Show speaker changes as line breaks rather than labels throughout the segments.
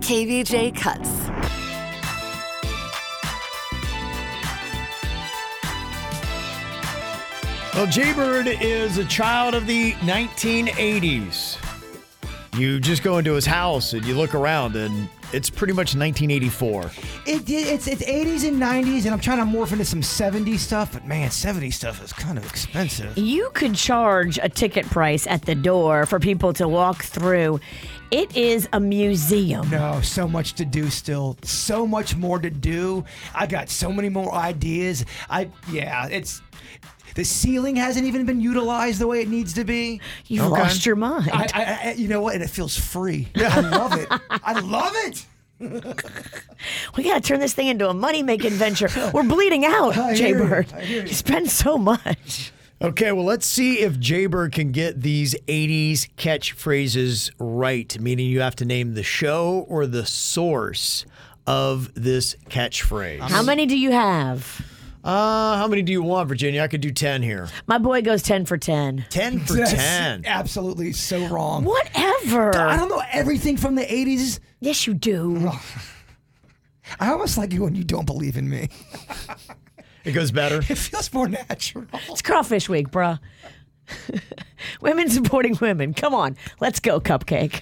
KVJ Cuts.
Well, Jaybird is a child of the 1980s. You just go into his house and you look around, and it's pretty much 1984.
It, did it's it's 80s and 90s, and I'm trying to morph into some 70s stuff. But man, 70s stuff is kind of expensive.
You could charge a ticket price at the door for people to walk through. It is a museum.
No, so much to do still. So much more to do. I got so many more ideas. I yeah, it's the ceiling hasn't even been utilized the way it needs to be.
You've
Okay.
lost your mind.
I, I, I you know what? And it feels free. I love it. I love it.
we got to turn this thing into a money making venture. We're bleeding out,
I hear you.
Jaybird.
I hear you.
You spend so much.
Okay, well, let's see if Jaybird can get these 80s catchphrases right, meaning you have to name the show or the source of this catchphrase.
How many do you have?
Uh, how many do you want, Virginia? I could do 10 here.
My boy goes 10 for 10.
10 for
That's
10.
absolutely so wrong.
Whatever.
I don't know everything from the 80s.
yes, you do.
I almost like you when you don't believe in me.
It goes better.
It feels more natural.
It's crawfish week, bruh. women supporting women. Come on. Let's go, Cupcake.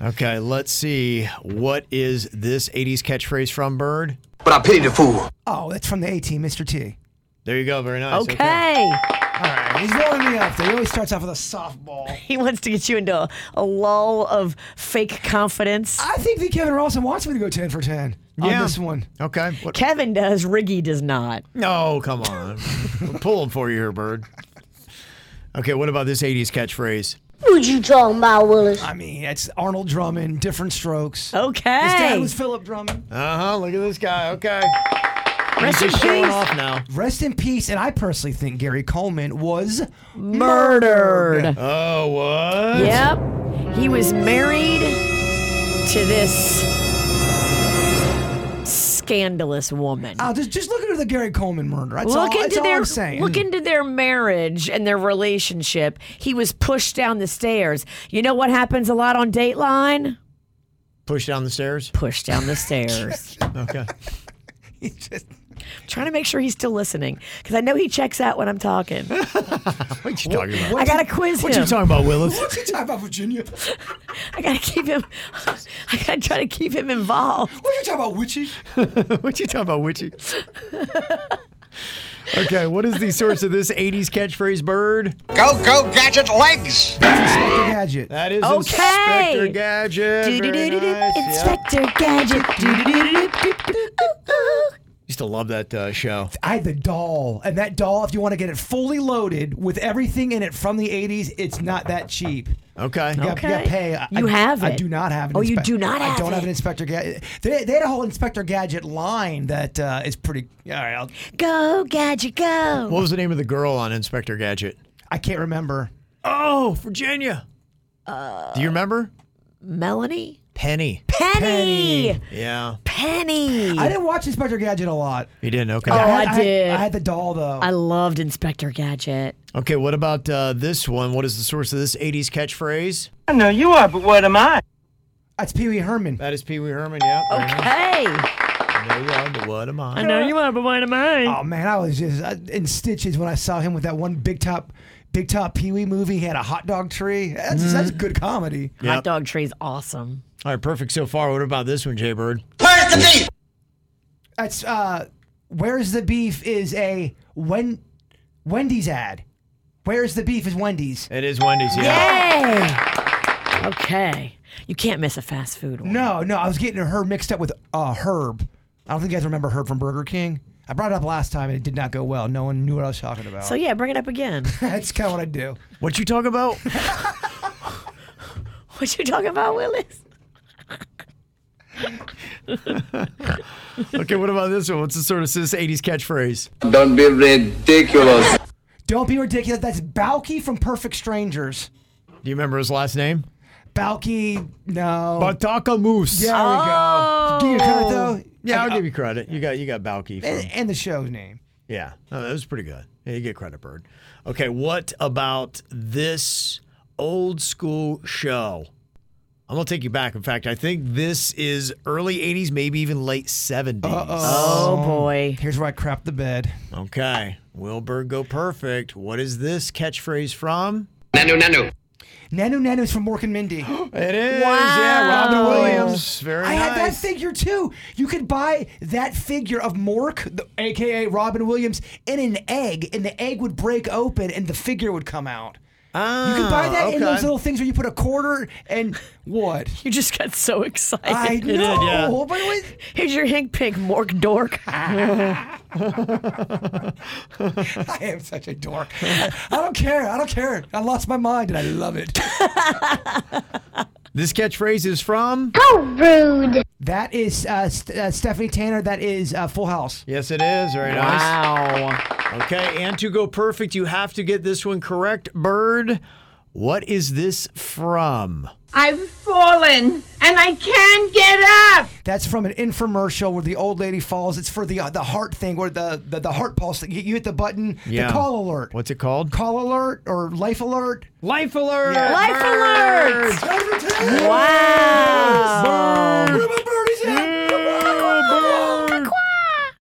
Okay, let's see. What is this 80s catchphrase from Bird?
But I pity the fool.
Oh, that's from the A team, Mr. T.
There you go. Very nice.
Okay.
All right, he's warming me up. He always starts off with a softball.
He wants to get you into a, a lull of fake confidence.
I think that Kevin Rawson wants me to go 10 for 10 on
Yeah.
this one.
Okay. What-
Kevin does, Riggy does not.
No, come on. We're pulling for you here, Bird. Okay, what about this 80s catchphrase?
What you talking about, Willis?
I mean, it's Arnold Drummond, different
Oh,
strokes.
Okay.
His dad was Philip Drummond.
Uh huh. Look at this guy. Okay.
Rest
He's
in
just showing
peace.
off now.
Rest in peace. And I personally think Gary Coleman was.
Murdered.
Oh, what?
Yep. He was married to this scandalous woman.
Oh, just, just look into the Gary Coleman murder. That's,
look
all, that's
into
all
their
I'm saying.
look into their marriage and their relationship. He was pushed down the stairs. You know what happens a lot on Dateline?
Push down the stairs.
Pushed down the stairs.
Okay.
He just-
Trying to make sure he's still listening because I know he checks out when I'm talking.
What you talking about?
I gotta quiz
What
him.
you talking about, Willis?
What's he talking about, Virginia? What
I gotta keep him. I gotta try to keep him involved.
are you talking about, Witchy?
what you talking about, Witchy? okay, what is the source of this 80s catchphrase, Bird?
Go, go, gadget legs!
Inspector Gadget.
That is
Okay.
Inspector Gadget. Very
Doo-doo-doo-doo-doo.
nice. Yeah.
Inspector Gadget. Doo-doo-doo-doo-doo-doo. Ooh, ooh.
Used to love that uh, show.
I had the doll, and that doll, if you want to get it fully loaded with everything in it from the 80s, it's not that cheap.
Okay.
You got, you got
Okay.
pay. I,
You
I-
have
I
it.
do not have an
Oh, you
inspec-
do not
I
have
don't have an
it.
Inspector Gadget. They, they had a whole Inspector Gadget line that uh, is pretty. All right, I'll,
Go Gadget, go.
What was the name of the girl on Inspector Gadget?
I can't remember.
Oh, Virginia. Do you remember?
Melanie.
Penny.
Penny.
Yeah.
Penny.
I didn't watch Inspector Gadget a lot.
You didn't? Okay.
Oh,
had-
I
had-
did.
I had the doll though.
I loved Inspector Gadget.
Okay, what about uh, this one? What is the source of this 80s catchphrase?
I know you are, but what am I?
That's Pee Wee Herman.
That is Pee Wee Herman, yeah. very nice.
Hey.
I know you are, but what am I?
know you want to mine of mine.
Oh man, I was just uh, in stitches when I saw him with that one big top, big top Pee Wee movie. He had a hot dog tree. That's that's
Mm-hmm.
good comedy.
Hot dog tree's awesome.
All right, perfect so far. What about this one, Jay Bird?
Where's the beef?
That's uh, where's the beef is a when Wendy's ad. Where's the beef is Wendy's.
It is Wendy's, yeah.
Yay. Okay. You can't miss a fast food one.
No, no, I was getting her mixed up with uh, Herb. I don't think you guys remember Herb from Burger King. I brought it up last time and it did not go well. No one knew what I was talking about.
So yeah, bring it up again.
that's kind of what I do.
What you talking about?
what you talking about, Willis?
Okay, what about this one? What's the sort of sis 80s catchphrase?
Don't be ridiculous.
Don't be ridiculous. That's Balky from Perfect Strangers.
Do you remember his last name?
Balky, no.
Bataka Moose.
there we go. Give you credit though.
Yeah, I'll give you credit. You got you got Balky. From,
And, and the show's name.
yeah, Oh, that was pretty good. Yeah, you get credit, Bird. Okay, what about this old school show? I'm gonna take you back. In fact, I think this is early '80s, maybe even late '70s.
Oh boy.
Here's where I crap the bed.
Okay, will Bird go perfect? What is this catchphrase from?
Nanu, nanu.
Nanu Nanu's from Mork and Mindy.
It is. Yeah, Robin
Wow.
Williams. Very
I
nice.
had that figure too. You could buy that figure of Mork, the, aka Robin Williams, in an egg, and the egg would break open and the figure would come out. you could buy that in
Ah, okay.
those little things where you put a quarter and what?
You just got so excited.
I know,
yeah.
but it was-
Here's your Hank Pig Mork Dork.
I am such a dork. I, I don't care. I don't care. I lost my mind and I love it.
This catchphrase is from.
How rude.
That is uh, St- uh, Stephanie Tanner. That is uh, Full House.
Yes, it is. Very nice.
Wow.
Okay, and to go perfect, you have to get this one correct. Bird, what is this from?
I've fallen and I can't get up.
That's from an infomercial where the old lady falls. It's for the uh, the heart thing where the the, the heart pulse. You, you hit the button.
Yeah.
The call alert.
What's it called?
call alert or life alert?
Life alert.
Life alert.
Bird.
Wow.